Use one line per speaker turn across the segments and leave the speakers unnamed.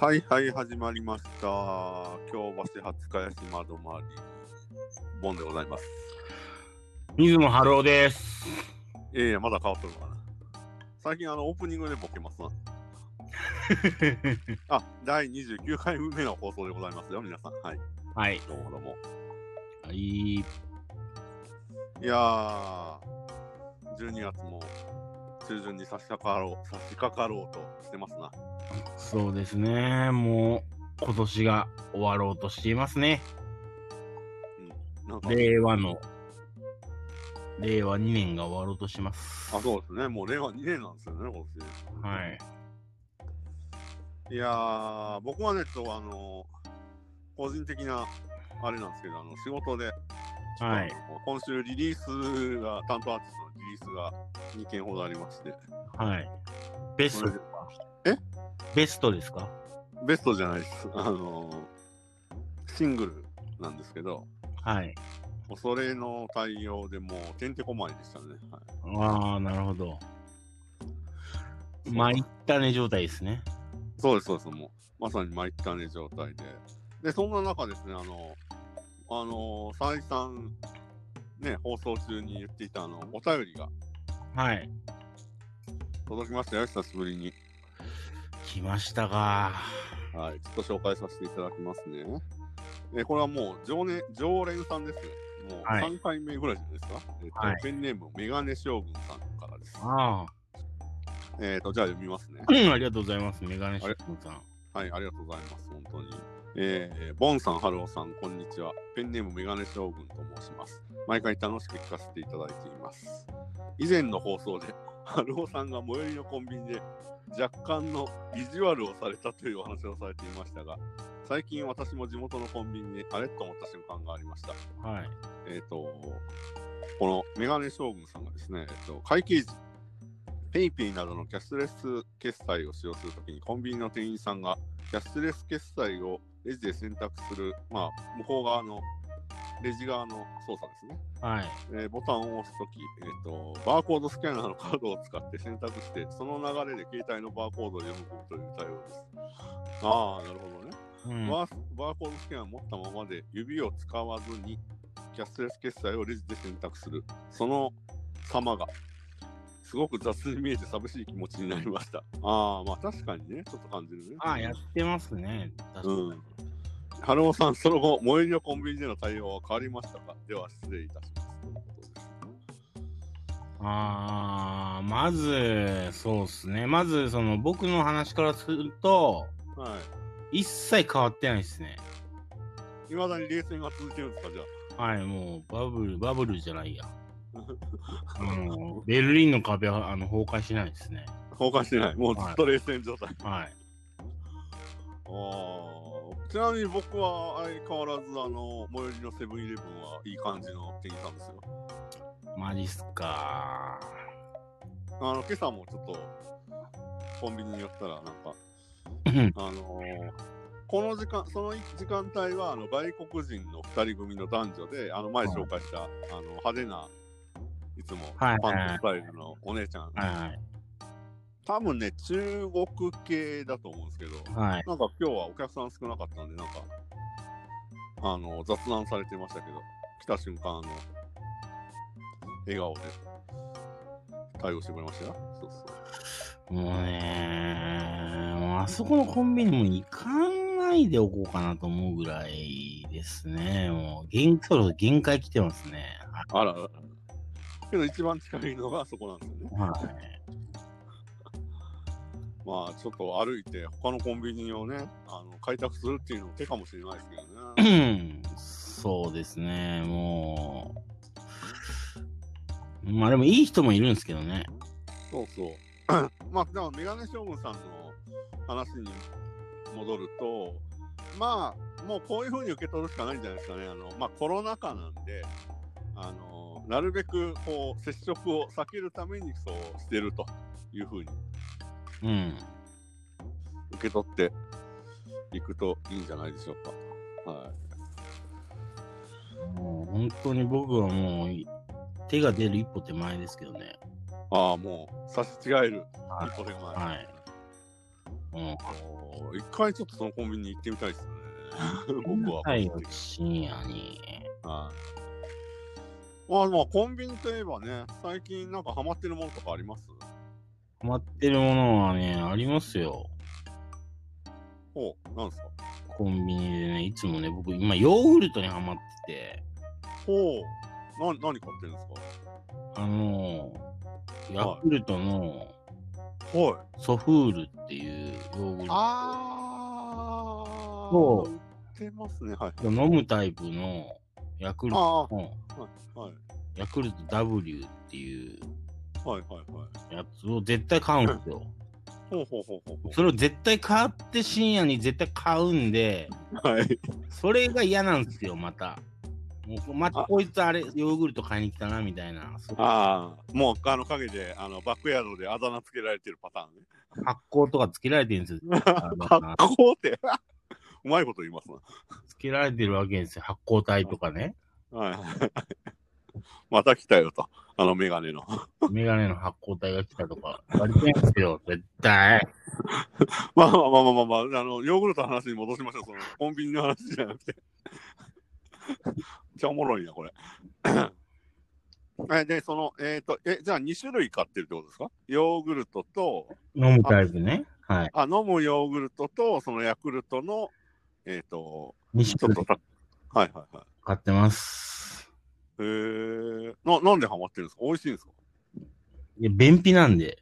はいはい始まりました京橋廿日屋島止まりボンでございます
水野春夫です。
いやいやまだ変わっとるのかな最近あのオープニングでボケ ますなあ第29回目の放送でございますよ皆さんはい
はい。
どうもどうも
はい。
いやー12月も中旬に差し掛かろう差し掛かろうとしてますな
そうですね。もう今年が終わろうとしていますね。
なんか
令和の。令和2年が終わろうとしてます。
あそうですねもう令和2年なんですよね今年
はい。
いやー、僕はね、ちょっとあの個人的なあれなんですけど、あの仕事で、
はい。
あの今週リリースが、担当アーティストのリリースが2件ほどありまして、
はい。ベ
そ
スト
れ
ですかベストですか
ベストじゃないです、あのシングルなんですけど、
はい。
もうそれの対応でもう、てんてこまいでしたね。はい
ああ、なるほど。参ったね状態ですね。
そうです、そうです、もう、まさに参ったね状態で。で、そんな中ですね、あの、あの、再三、ね、放送中に言っていた、あの、お便りが、
はい。
届きましたよ、久しぶりに。
来ましたが。
はい、ちょっと紹介させていただきますね。えーこれはもう常連常連さんですよ。もう
はい
3回目ぐらいじゃないですか。えーと
はい
ペンネーム、メガネ将軍さんからです。
ああ。
えっ、と、じゃあ読みますね。
うんありがとうございます。メガネショップさん。
はい、ありがとうございます、本当に。えーボンさん、ハローさん、こんにちは。ペンネームメガネ将軍と申します。毎回楽しく聞かせていただいています。以前の放送で、ハローさんが最寄りのコンビニで若干の意地悪をされたというお話をされていましたが、最近私も地元のコンビニであれと思った瞬間がありました。
はい。
えっ、と、このメガネ将軍さんがですね、えっと会計時、ペイペイなどのキャッシュレス決済を使用するときに、コンビニの店員さんがキャッシュレス決済をレジで選択する、まあ、向こう側の、レジ側の操作ですね。
はい。
えーボタンを押すとき、えーと、バーコードスキャナーのカードを使って選択して、その流れで携帯のバーコードを読み込むという対応です。ああ、なるほどね。
うん
バーバーコードスキャンを持ったままで指を使わずにキャッシュレス決済をレジで選択するその様がすごく雑に見えて寂しい気持ちになりましたああまあ確かにねちょっと感じるね
ああ、やってますね。確か
う
に。
ん春尾さんその後最寄りのコンビニでの対応は変わりましたかでは失礼いたしますということです
ああ、まず、そうですね。まず、その、僕の話からすると、
は
一切変わってないですね。
いいまだに冷戦が続いてるんですかじゃ
はい、もう、バブル、バブルじゃないや。あの、ベルリンの壁は、あの、崩壊しないですね。
あ崩壊してないもうずっと冷戦状態、
はい。
ああ、ちなみに僕は相変わらずあの最寄りのセブンイレブンはいい感じの店員さんですよ。
マジっすか
あの今朝もちょっとコンビニに寄ったらなんか
ー。
あのーこの時間その時間帯はあの外国人の2人組の男女であの前紹介した、あの派手ないつも
は
パ
い
ンツスタイルのお姉ちゃん、
は
多分ね中国系だと思うんですけど、
い。はい。
なんか今日はお客さん少なかったんで、なんか、あの、雑談されてましたけど、来た瞬間、あの、笑顔で対応してくれましたよ。そうそう。
もうね、もうあそこのコンビニも行かないでおこうかなと思うぐらいですね。もう限そろそろ限界来てますね。
あらあら。けど一番近いのがそこなんですよね。
はい。
まあ、ちょっと歩いて、他のコンビニをね、あの開拓するっていうのも手かもしれないですけど
う
ね。
んそうですね、もう。まあでもいい人もいるんですけどね。
そうそう。 まあ、でも、メガネ将軍さんの話に戻ると、まあ、もうこういうふうに受け取るしかないんじゃないですかね。あの、まあ、コロナ禍なんで、あの、なるべく、こう、接触を避けるために、そうしてるというふうに
うん。
受け取っていくといいんじゃないでしょうか。はい。
もう本当に僕はもう、手が出る一歩手前ですけどね。
ああ、もう、差し違える。
はい
一歩手前
はいうん。
あー一回ちょっとそのコンビニ行ってみたいですね。僕は。
はい、深夜に。
はい。まあまあ、コンビニといえばね、最近なんかハマってるものとかあります
ハマってるものはね、ありますよ。
ほう、なんですか
コンビニでね、いつもね、僕、今、ヨーグルトにハマってて、
ほう、な何買ってるんです
あのー、ヤ
はい
クルトの
かはい。
ソフールっていうヨーグルト
あ
そ
ー。売ってますね、はい。
を飲むタイプのヤクルト
あ
の
あ、はい。
ヤクルト W っていう
はいはいはい。
やつを絶対買うんですよ。
ほうほうほうほうほ
それを絶対買って深夜に絶対買うんで、
う。はい。
それが嫌なんですよ、また。もうまたこいつあれ、ヨーグルト買いに来たなみたいな、そ う
ああ、もうあの陰で、あのバックヤードであだ名つけられてるパターンね。
発酵とかつけられてるんで すよ。あの
かっこうって。 うまいこと言いますな。
つけられてるわけですよ、発酵体とかね。
はい。 また来たよと、あのメガネの。
メガネの発光体が来たとか、割れてんすよ、絶対。
まあまあまあまあまあ、あの、ヨーグルトの話に戻しましょう。その、コンビニの話じゃなくて。 めっちゃおもろいな、これ。えで、その、えっ、と、え、じゃあ2種類買ってるってことですかヨーグルトと、
飲むタイプね。はい。
あ、飲むヨーグルトと、そのヤクルトの、えっ、と、
西
ち
ち
ょ
ょ
っ
っ
と
と
た、はいはいはい。
買ってます。
へえな、なんでハマってるんですか美味しいんですか
いや、便秘なんで。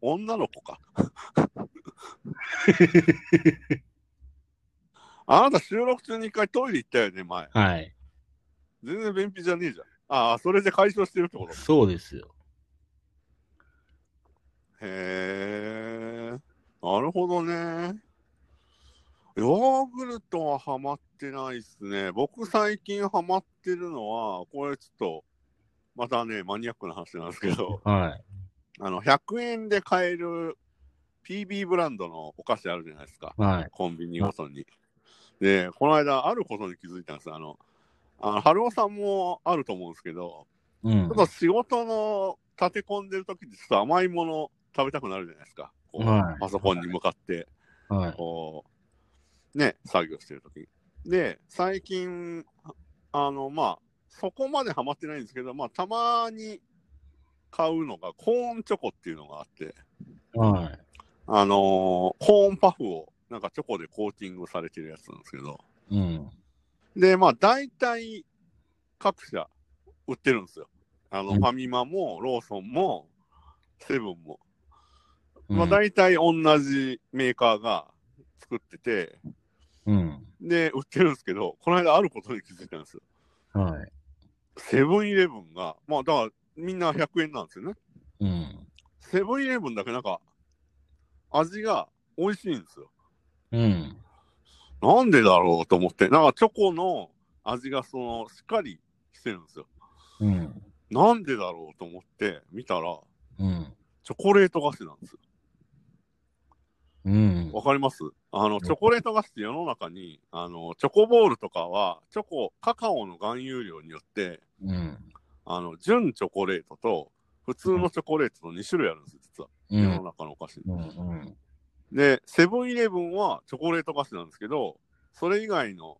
女の子か。 あなた収録中に一回トイレ行ったよね、前。
はい。
全然便秘じゃねえじゃん。ああ、それで解消してるってこと。
そうですよ。
へえ。なるほどね。ヨーグルトはハマってないっすね。僕最近ハマってるのは、これちょっと、またね、マニアックな話なんですけど、
はい。
あの、100円で買える PB ブランドのお菓子あるじゃないですか。
はい。
コンビニごとに。で、この間、あることに気づいたんですよあの、あの春尾さんもあると思うんですけど、
うん
ちょっ。と仕事の立て込んでる時って、ちょっと甘いもの食べたくなるじゃないですか。こう
はい
パソコンに向かって、
はい。
こう、ね、作業してる時に。で、最近、あの、まあ、そこまでハマってないんですけど、まあ、たまに買うのが、コーンチョコっていうのがあって、
はい。
あのーコーンパフをなんかチョコでコーティングされてるやつなんですけど、
うん。
で、まあ大体各社売ってるんですよ。あの、
うん
ファミマもローソンもセブンも。
うん
まあ大体同じメーカーが作ってて、
うん。
で、売ってるんですけど、この間あることに気づいたんですよ。
はい。
セブンイレブンが、まあだからみんな100円なんですよね。
うん。
セブンイレブンだけなんか味が美味しいんですよ。
うん。
なんでだろうと思って、なんかチョコの味がそのしっかりしてるんですよ。
うん。
なんでだろうと思って見たら、
うん。
チョコレート菓子なんですよ。
うん。
わかりますあの、チョコレート菓子って世の中に、あの、チョコボールとかは、チョコ、カカオの含有量によって、
うん。
あの、純チョコレートと、普通のチョコレートと2種類あるんですよ、実は。
う
世の。
ん
中のお菓子に。
うん。
で、セブンイレブンはチョコレート菓子なんですけど、それ以外の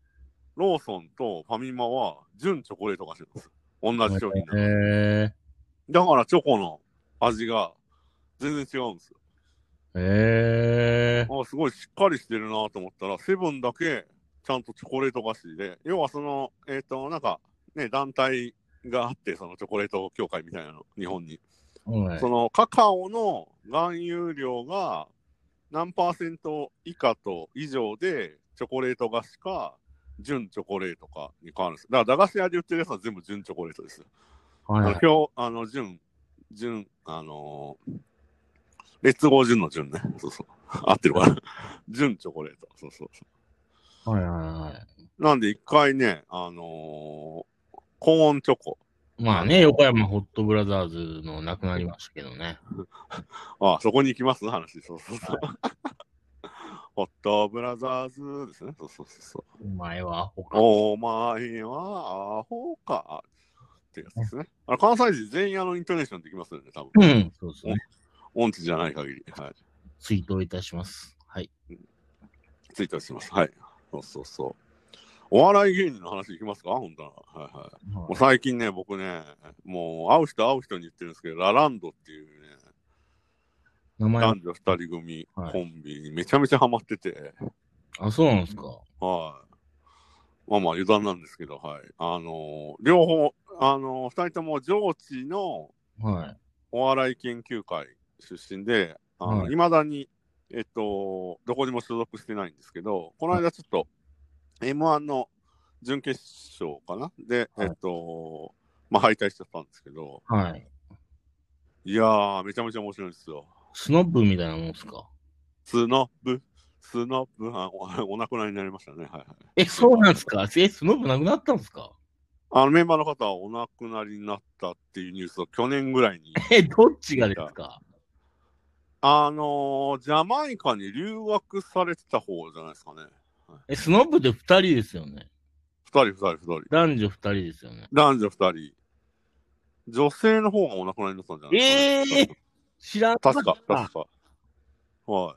ローソンとファミマは純チョコレート菓子なんですよ。同じ商品なの
へ
だからチョコの味が全然違うんですよ。
え。へえ。
あすごいしっかりしてるなと思ったら、セブンだけちゃんとチョコレート菓子で、要はその、えっ、と、なんかね、団体があって、そのチョコレート協会みたいなの、日本に。
はい
そ。のカカオの含有量が何パーセント以下と以上でチョコレート菓子か純チョコレートかに変わるんです。だから駄菓子屋で売ってるやつは全部純チョコレートです。あの
はい。
表あの純、純、あのー劣合純の純ね。そうそう。合ってるかな。 純チョコレート。そうそうそ
はい。は
う。なんで一回ね、あのーコーンチョコ。
い。まあね、横山ホットブラザーズの亡くなりましたけどね。
あそこに行きますの話。そうそうそう。 ホットブラザーズですね。そうそうそうそう。
お前はアホか。
お前はアホか。ってやつですね。あの関西人全員あのイントネーションできますよね、多分。
うん。そうですね。
音痴じゃない限り。はい。
ツイートいたします。はい。
ツイートします。はい。そうそうそう。お笑い芸人の話いきますか本当は。はいはい。もう最近ね、僕ね、もう会う人会う人に言ってるんですけど、ラランドっていうね、
名前、
男女二人組
はい
コンビにめちゃめちゃハマってて、
あ、そうなんですか。
はい。まあまあ油断なんですけど、はい。あのー両方、あのー二人とも上智の
は
お笑い研究会出身で、あの、
はい
いまだに、えっと、どこにも所属してないんですけど、この間ちょっと、M1 の準決勝かなで、
はい
えっと、まあ敗退しちゃったんですけど、
い。はい。
いやー、めちゃめちゃ面白いんですよ。
スノップみたいなもんですか。
スノブ、スノブ、あおお 亡くなりになりましたね。はいはい。
え、そうなんですか。え、スノップなくなったんですか。
あのメンバーの方はお亡くなりになったっていうニュースを去年ぐらいに、
え、どっちがですか。
あのージャマイカに留学されてた方じゃないですかね。
え、スノップって二人ですよね。
二人、二人、二人。
男女二人ですよね。
男女二人。女性の方がお亡くなりになったんじゃないですか、ね。
えー知らん
確か、確か。は
も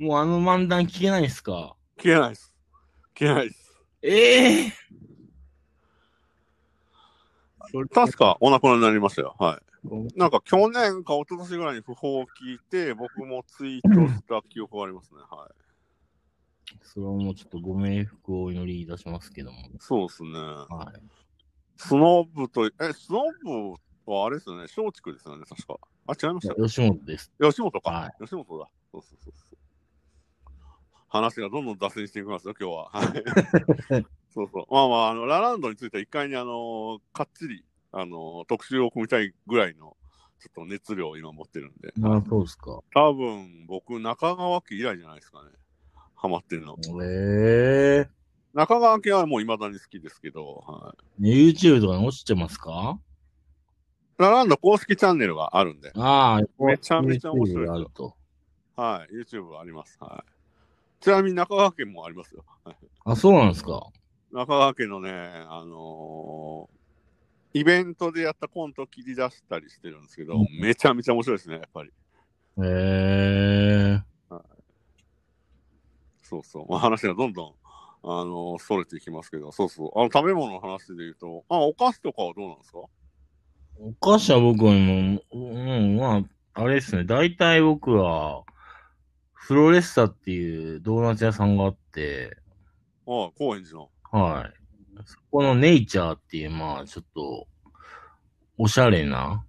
うあの漫談聞けないですか。
い。消えないです。消えないです。
ええ
確かお亡くなりになりましたよ。はい。なんか去年か一昨年ぐらいに訃報を聞いて、僕もツイートした記憶がありますね。はい。
それはもうちょっとご冥福をお祈りいたしますけども。
そうですね。
はい。
スノーブと、え、スノーブはあれですよね、松竹ですよね、確か。あ、違いました。
吉本です。
吉本か。
は
吉本だ。そうそうそうそう。話がどんどん脱線していきますよ、今日は。はいそうそう。まあまあ、あの、ラランドについては一回に、あのかっちり、あの特集を組みたいぐらいの、ちょっと熱量を今持ってるんで。
い。あ、そうですか。
多分僕、中川家以来じゃないですかね。ハマってるの。
ええ
中川家はもう未だに好きですけど、はい、
ね YouTube とかに落ちてますか
ラランド公式チャンネルがあるんで、
ああ、
めちゃめちゃ面白い
YouTube があると。
はい、YouTube があります。はい、ちなみに中川家もありますよ。はい
あ、そうなんですか。
中川家のね、あのーイベントでやったコントを切り出したりしてるんですけど、めちゃめちゃ面白いですね、やっぱり。
ええ
そうそう。まあ、話がどんどん、あのー、それていきますけど、そうそう。あの、食べ物の話で言うと、あ、お菓子とかはどうなんですか
お菓子は僕はもう、うん、まあ、あれですね。大体僕は、フロレッサっていうドーナツ屋さんがあって、
ああ、高円寺の。
はい。そこのネイチャーっていう、まあ、ちょっと、おしゃれな。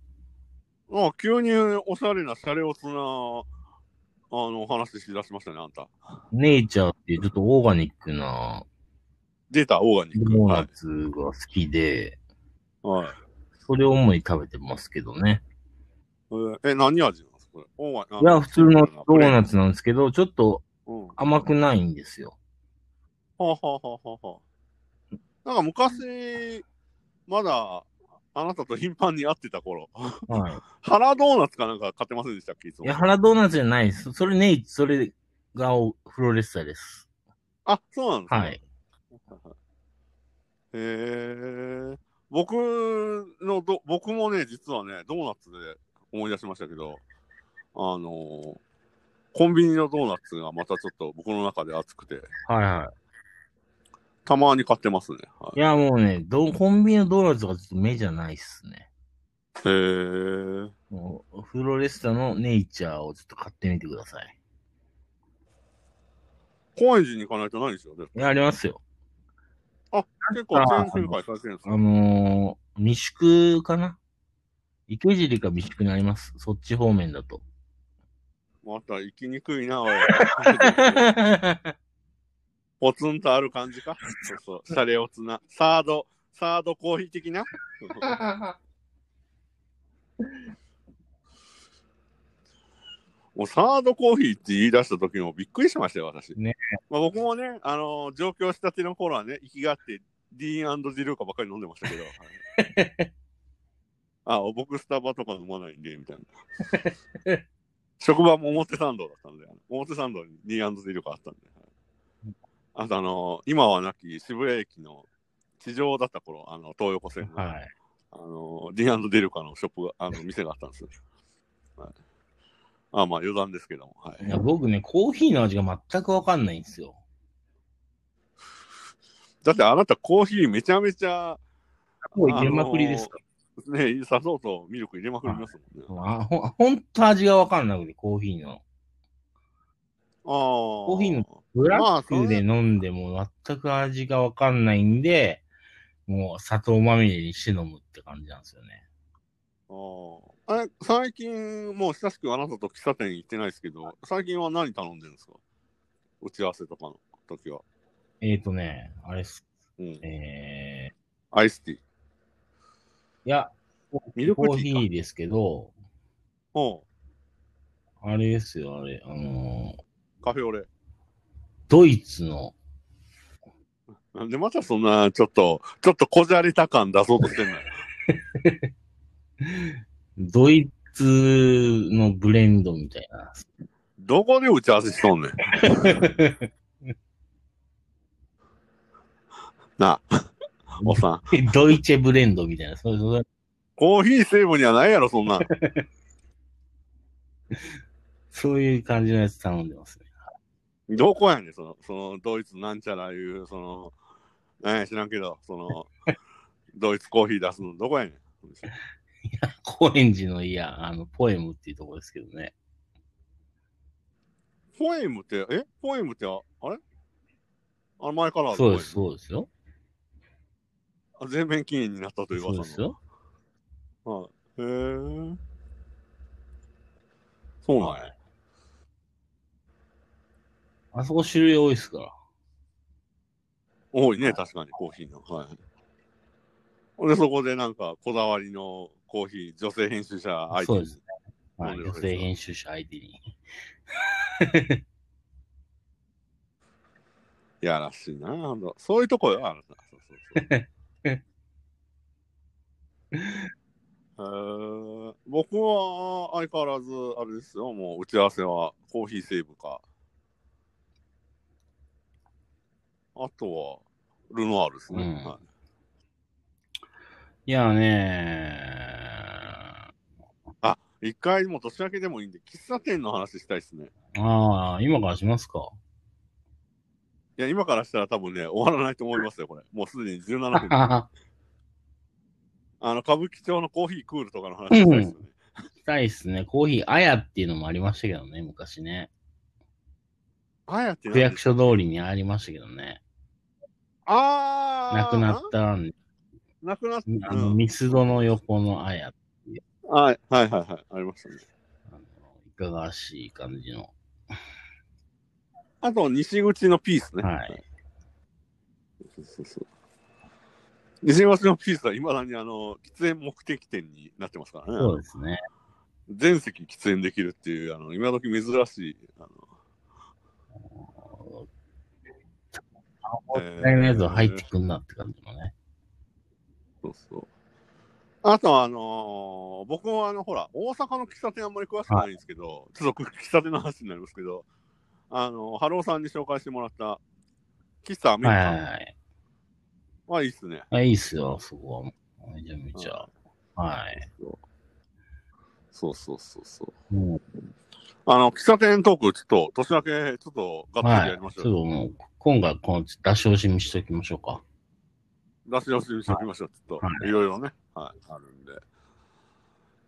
あ急におしゃれな、シャレオツな、あの、話しだしましたね、あんた。
ネイチャーっていうちょっとオーガニックな
出た、オーガニック。
ドー
は
ナ
い。
ツが好きで、
はい
それを主に食べてますけどね。
えーえ、何味なんですかこれ。オーガ
いや、普通のドーナ
ツ。
ツなんですけど、ちょっと
うん。は
甘くないんですよ。
あ、はあはあはあはあなんか昔、まだ、あなたと頻繁に会ってた頃、
はい。
原ドーナツかなんか買ってませんでしたっけいつ
い
も
や、。原ドーナツじゃないです。それネイチ、それがおフロレッサです。
あ、そうなんですか。
はい。
へえ。僕のど、僕もね、実はね、ドーナツで思い出しましたけど、あのーコンビニのドーナツがまたちょっと僕の中で熱くて、
はいは。
たまに買ってますね。はい
いや、もうね、どコンビニのドーナツがちょっと目じゃないっすね。
い、へえ。
もうフロレッサのネイチャーをちょっと買ってみてください。
高円寺に行かないと何しようで
いや、ありますよ。
あ、結構全展開されてるんです
あ
か
のー、未宿かな池尻か未宿にあります。そっち方面だ と。
また行きにくいな、 おい。
は
ポツンとある感じかそうそう、シャレオツな。サード、サードコーヒー的なもうサードコーヒーって言い出した時もびっくりしましたよ、私。
ね
まあ、僕もね、あのー上京したての頃はね、行きがあって、ディーンジルーカばっかり飲んでましたけど。はい あ、僕スタバとか飲まないんで、みたいな。職場も表参道だったので、表参道にディーンジルーカあったんで。はいあとあのー今はなき渋谷駅の地上だった頃、あの、東横線の。
い。
あの、ディアンド・デルカのショップが、あの、店があったんですよ。はいあ、まあ余談ですけども。はい
いや、僕ね、コーヒーの味が全くわかんないんですよ。
だってあなたコーヒーめちゃめちゃ、
もう入れまくりですか
ね、砂糖とミルク入れまくりますもんね。
あほほんと味がわかんなくて、コーヒーの。
ああ。コ
ーヒーの。ブラックで飲んでも全く味がわかんないんで、もう砂糖まみれにして飲むって感じなんですよね。
ああ。あれ、最近、もう親しくあなたと喫茶店行ってないですけど、最近は何頼んでるんですか打ち合わせとかの時は。
えーとね、あれっす。
うん。
えー、
アイスティー。
いや、
ミルク
コ
ティーか
ーヒーですけど、
おう
あれですよ、あれ、あのー
カフェオレ。
ドイツの、
なんでまたそんな、ちょっと、ちょっとこじゃれた感出そうとしてんのよ。
ドイツのブレンドみたい な。
どこで打ち合わせしとん ねん。なあ、おっさん、
ドイツェブレンドみたいな。そうそう
コーヒー成分にはないやろ、そんなん。
そういう感じのやつ頼んでますね。
どこやねん、その、その、ドイツなんちゃらいう、その、何や知らんけど、その、ドイツコーヒー出すの、どこやねん。
高円寺のいや、あの、ポエムっていうところですけどね。
ポエムって、えポエムって、ああれあの前からある
そうです、
ポエム
そうですよ。
あ全面禁煙になったという噂
そう
の。
ですよ。
はい。へえ。そうなんや。
あそこ種類多いですから。
多いね、確かに、コーヒーの。はい。ほんで、そこでなんか、こだわりのコーヒー、女性編集者相手
そう
に
ですね。はい、
そうです
女性編集者相手に。
いやらしいな、ほんとそういうとこよ、あなた。そうそうそうえー僕は相変わらず、あれですよ、もう打ち合わせはコーヒーセーブか。あとは、ルノアールですね。
うん
はい
いやね
あ、一回もう年明けでもいいんで、喫茶店の話したいですね。
ー。ああ、今からしますか。
いや、今からしたら多分ね、終わらないと思いますよ、これ。もうすでに17分。あの、歌舞伎町のコーヒークールとかの話したいですよね。
したいっすね。コーヒー、あやっていうのもありましたけどね、昔ね。
あやって
区
何
役所通りにありましたけどね。
あー
亡くなったんで、
なくなった。
あの、
うん
ミスドの横のあや、
はい、はい、はい、はい。ありましたね。
あのいかがわしい感じの。
あと、西口のピースね。
はい。
そうそうそう。西口のピースはいまだにあの、喫煙目的店になってますからね。
そうですね。
全席喫煙できるっていう、あの、今時珍しい、あの、
お互いのやつは入ってくんなって感じのね。
そうそう。あと、あのー僕はあの、ほら、大阪の喫茶店あんまり詳しくないんですけど、ちょっと喫茶店の話になりますけど、あの、ハローさんに紹介してもらった、喫茶アメリ
はい
カ
はい
ン
はい。
はいいっすね。
あいいっすよ、そこは。めちゃめちゃ。はい。
そうそうそうそう。
も
あの、喫茶店トーク、ちょっと、年明け、ちょっと、
う、
がっつ
は
り
い。
や
ち
り
ょ
ま
っ
しょ
と
うよ。
もう、今回、この出し惜しみしておきましょうか。
出し出しにしておきましょう。ちょっと、
はい
い、ろいろね、はい、あるんで。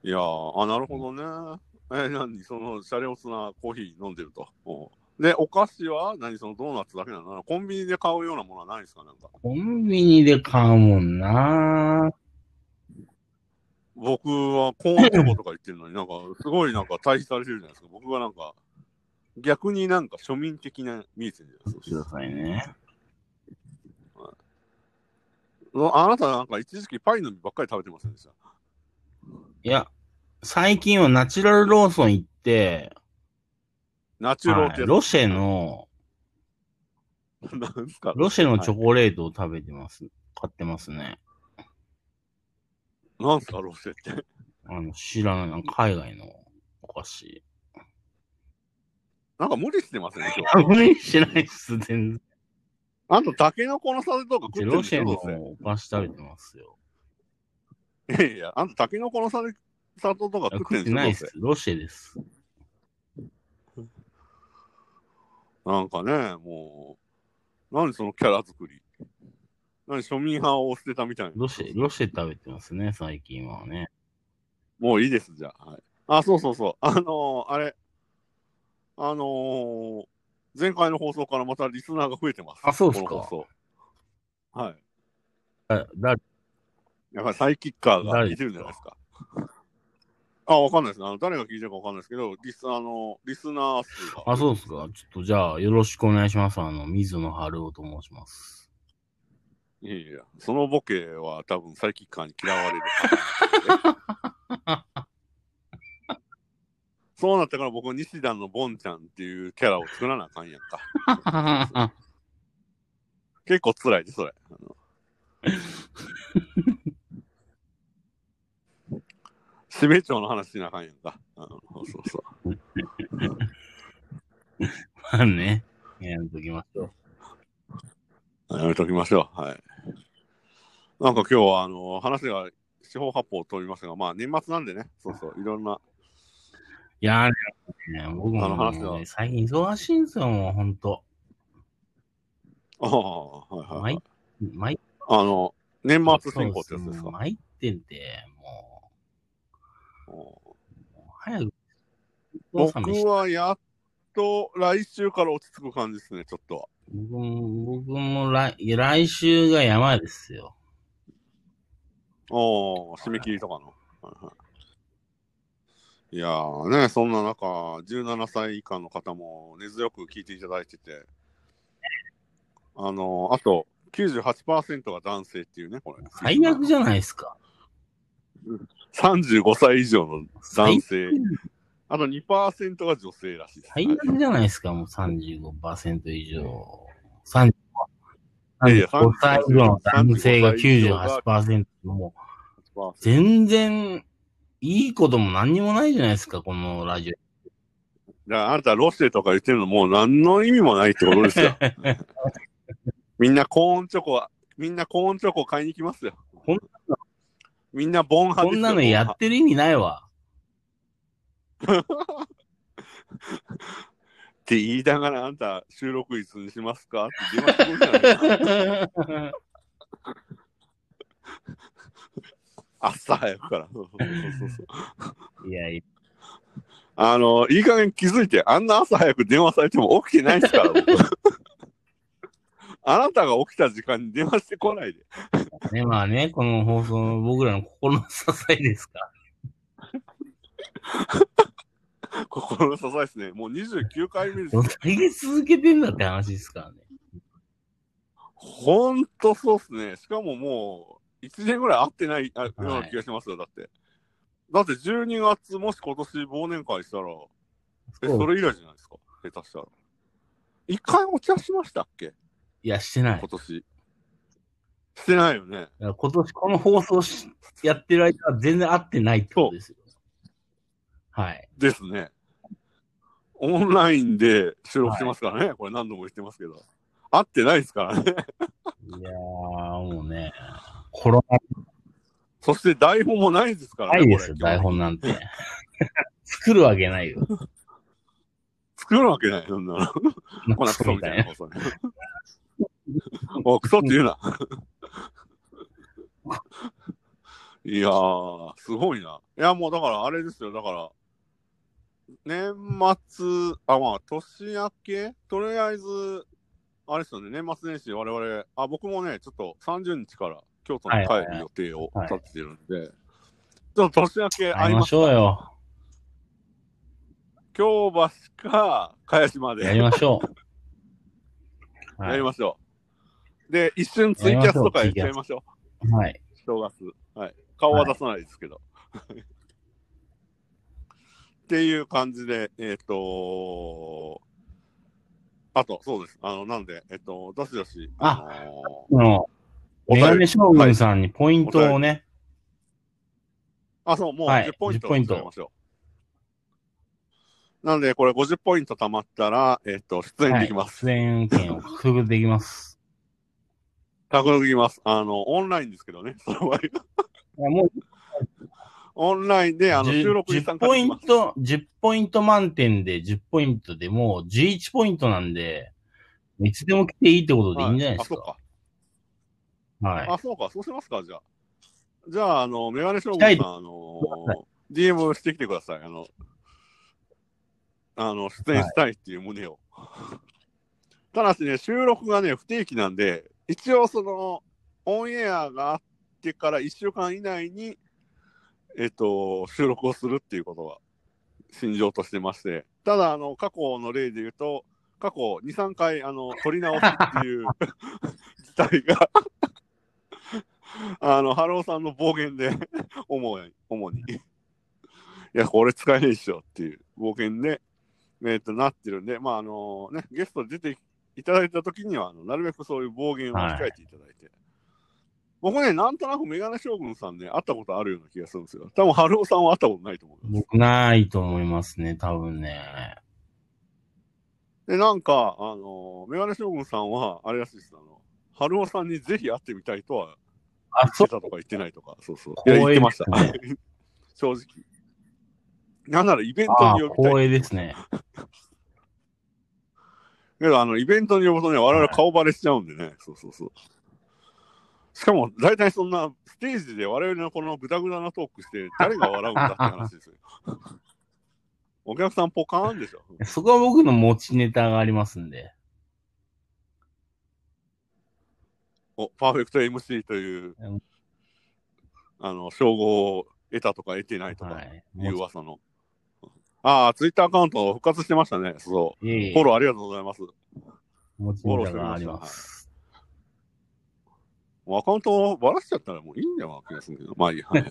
いやー、あ、なるほどね。え、何その、シャレオツなコーヒー飲んでると。おうで、お菓子は何そのドーナツだけなのコンビニで買うようなものはないんですかなんか。
コンビニで買うもんな
僕はコーンチョコとか言ってるのに、なんか、すごいなんか対比されてるじゃないですか。僕がなんか、逆になんか庶民的な見えてるじゃない
く
で
だ
すか。
さいね。
あなたなんか一時期パイの実ばっかり食べてませんでした。
いや、最近はナチュラルローソン行って、
ナチュローって
はい
やつ
ロシェの、
なんですか
ロシェのチョコレートを食べてます。買ってますね。
なんすかロシェって。
あの、知らない、海外のお菓子。
なんか無理してませんね、今日
あ、無理してないっす、全然。
あと、タケノコのサデとか食ってるん
ロ
でし
シ
ょ
ェの
どうせ
お菓子食べてますよ。
いやいや、あんたタケノコのサデ砂糖とか
いや
食ってる
食っ
ん
て
でしょ
な
ど
いっ
う
す
せ。
ロシェです。
なんかね、もう、何そのキャラ作り。何庶民派を捨てたみたいな。
ロシェ、ロシェ食べてますね、最近はね。
もういいです、じゃあ。はい、あ、そうそうそう。あのーあれ。あのー前回の放送からまたリスナーが増えてます。
あそうっすか
この放送はい。
だ、だ、
やっぱりサイキッカーがいてるんじゃないですか。あ、わかんないですね。あの誰が聞いてるかわかんないですけど、リスあのリスナー数が。
あ、そうですか。ちょっとじゃあ、よろしくお願いします。あの、水野春夫と申し ます。
いやいや、そのボケは多分サイキッカーに嫌わ れる。そうなったから僕は西田のボンちゃんっていうキャラを作らなあかんやんか。結構辛いで、それ。あ の締め長の話しなあかんやんか。あのそうそう。
まあね。やめときましょう。
やめときましょう。はい。なんか今日は、あの、話が四方八方飛びますが、まあ年末なんでね、そうそう、いろんな、
いやー、ね、僕
あの
も
話
ね、
は
最近忙しいんですよ、もう、ほんと。
ああ、はいはいは
毎
い。、
毎、
あの、年末進行ってやつです
そ
か。
う参ってんで、もう、早く。
僕はやっと来週から落ち着く感じですね、ちょっとは。
僕も、僕も来、来週が山ですよ。
おー締め切りとかの。はいはい、いやーね、そんな中、17歳以下の方も根強く聞いていただいてて、あのあと98%が男性っていうね、これ。
最悪じゃないですか。
35歳以上の男性
最悪。
あと2%が女性らしいです。
最
はい
悪じゃないですか、もう35%以上。35
いやいや
35歳以上の男性が
35歳以上が
98%。もう
まあ
全然いいことも何にもないじゃないですか、このラジ
だからあなたロシェとか言ってるのもう何の意味もないってことですよ。 みんなコーンチョコは、みんなコーンチョコ買いに行きますよ。
こんな
みんなボン
オ。
派で す
こ
よ
んなのや
ボン
ってる意味ないわ。
派って言いながらあんた収録いつにしますかって電話してくるじゃないですか朝早くから。そうそうそうそう
いやい
あの、いい加減気づいて、あんな朝早く電話されても起きてないです から、僕あなたが起きた時間に電話してこないで。
や、ね、まあね、この放送の僕らの心の支えですから。
心の支えですね。もう29回目です
どんだけ続けてんだって話ですからね。
ほんとそうっすね。しかももう、1年ぐらい会ってないあような気がしますよ、だって。だって12月、もし今年忘年会したら、え、それ以来じゃないですか。下手したら。一回お茶しましたっけ
いや、してない
今。年。してないよね。
だから今年この放送しやってる間は全然合ってないってことですよ。はい。
ですね。オンラインで収録してますからね。これ何度も言ってますけど。会ってないですからね。
いやー、もうね、コロナ
そして台本もないですから
な
ね。
いですよ、
これ
台本なんて。 作るわけないよ。
作るわけない、そんなの。こんなクソみたいな。放送ね。 おクソって言うな。いやー、すごいな。いや、もうだからあれですよ、だから、年末、あ、まあ、年明けとりあえず、あれですよね、年末年始、我々、あ、僕もね、ちょっと30日から京都に帰る予定を立ててるんで、ちょっと年明け
会
会
い
い
ま
ます。
しょうよ。
京橋か、茅島で。
やりましょう。
や
はい
り。ましょう。で、一瞬ツイキャスとかやっちゃいましょ
はい。
う。正月。はい。顔は出さないですけど。っていう感じで、えっ、とあと、そうです。あの、なんで、えっ、と、どしどし、
あ
のー
あの、
お
メガ
便
ネ
り。
将軍さんにポイントをね、
あ、そう、もう
はい
10ポイント
10ポイント
使いましょう。なんで、これ50ポイント貯まったら、えっ、と、出演
は
で
い
きます。
出演権を獲得できます。
獲得できます。あの、オンラインですけどね、その場合は。
いやもう
オンラインであの収録に参
10
加
ポ
で
イ
き
ン
ます。
ト、10ポイント満点で10ポイントでもう11ポイントなんで、いつでも来ていいってことでいいんじゃないです
は
か。はい。
あ、そうか。あ、そうか。そうしますか、じゃあ。じゃあ、あの、メガネ将軍
は
さ
い
ん、あの、DM してきてください。あの、あの、出演したいっていう旨を。ただしね、収録がね、不定期なんで、一応その、オンエアがあってから1週間以内に、えっと、収録をするっていうことが、心情としてまして、ただ、あの、過去の例で言うと、過去2、3回、あの、撮り直しっていう 事態が、 あの、ハローさんの暴言で、 主に、主に。いや、これ使えねえでしょっていう暴言で、えっと、なってるんで、まあ、あのね、ゲストで出ていただいた時には、あのなるべくそういう暴言を控えていただいて。僕ね、なんとなくメガネ将軍さんね、会ったことあるような気がするんですよ。多分、ハローさんは会ったことないと思います。
僕ないと思いますね、多分ね。
で、なんか、あのメガネ将軍さんは、あれらしいです、あの、春尾さんにぜひ会ってみたいとは、
あ、
言
そ
ってたとか言ってないとか、そうそう。いや、
光
言っ
栄
て
で
まし
す
た。
ね
正直。なんならイベン
う。あ
ト
あ
に呼びたい。
光栄ですね。
けど、あの、イベントに呼ぶとね、我々顔バレしちゃうんでね、そうそうそう。しかも、大体そんな、ステージで我々のこのぐだぐだなトークして、誰が笑うんだって話ですよ。 お客さんポカーンでしょ。
そこは僕の持ちネタがありますんで。
おパーフェクト MC という
うん、
あの、称号を得たとか得てないと
は
か
い。
いう
持ち
噂の。ああ、ツイッターアカウント復活してましたね。そう。
いえい
フォ
え
ローありがとうございます。
持ちネタがあります。
もうアカウントをばらしちゃったらもういいんだよ、気がするけど。まあいいや。 はい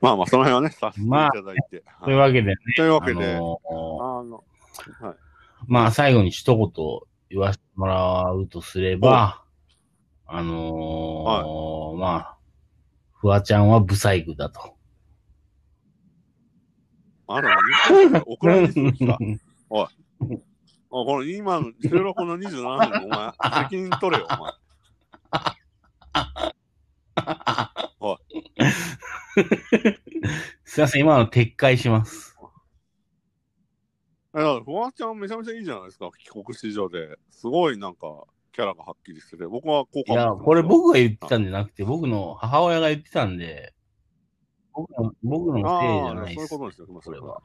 まあまあ、その辺はね、させていただいて。
という
はい
わけでね。
というわけで、
あの
あ
ー
の、
まあ、最後に一言言わせてもらうとすれば、あのーまあ、フワちゃんはブサイクだと。
あら、日本から送られてきた。 あお
お
いこの今の収録の27分のお前、責任取れよ、お前。
すいません、今の撤回します。
えだからフワちゃんめちゃめちゃいいじゃないですか、帰国子女で。すごいなんか、キャラがはっきりしてて、僕は効
い
果
や、これ僕が言ってたんじゃなくて、僕の母親が言ってたんで、僕の僕のせいじゃないです。
あーそういうことですよ
これは。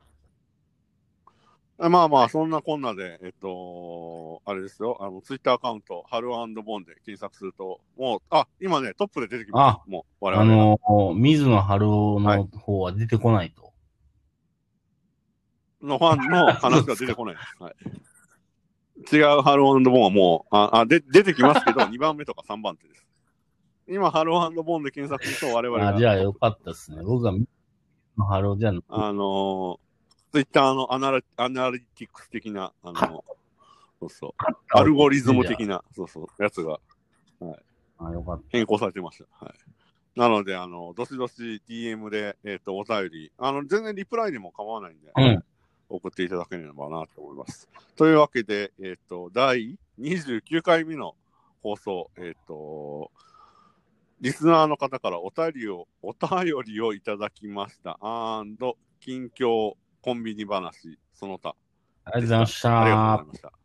えまあまあ、そんなこんなで、えっと、あれですよ、あの、ツイッターアカウント、ハルボンで検索すると、もう、あ、今ね、トップで出てきま
あ
す。もう、我
あ
々が。
のー、水野春夫
は
の方は出てこないと。
のファンの話が出てこないです。はい、違うハローボンはもう、ああで出てきます けど、2番目とか3番手です。今、ハローボンで検索すると我々が、
あじゃあよかったですね。僕が水野春夫じゃなくて
あのー、ツイッターのアナラアナリティクス的な、あのーそうそう、アルゴリズム的な、そうそう、やつが
あ、よかっ
変更されてました。はい。なので、あの、どしどし DM で、えっ、と、お便り、あの、全然リプライでも構わないんで、
うん
送っていただければなと思います。というわけで、えっ、と、第29回目の放送、えっ、と、リスナーの方からお便りを、お便りをいただきました。アンド、近況コンビニ話、その他。
た。ありがとうございまし
ありがとうござい。
た
ました。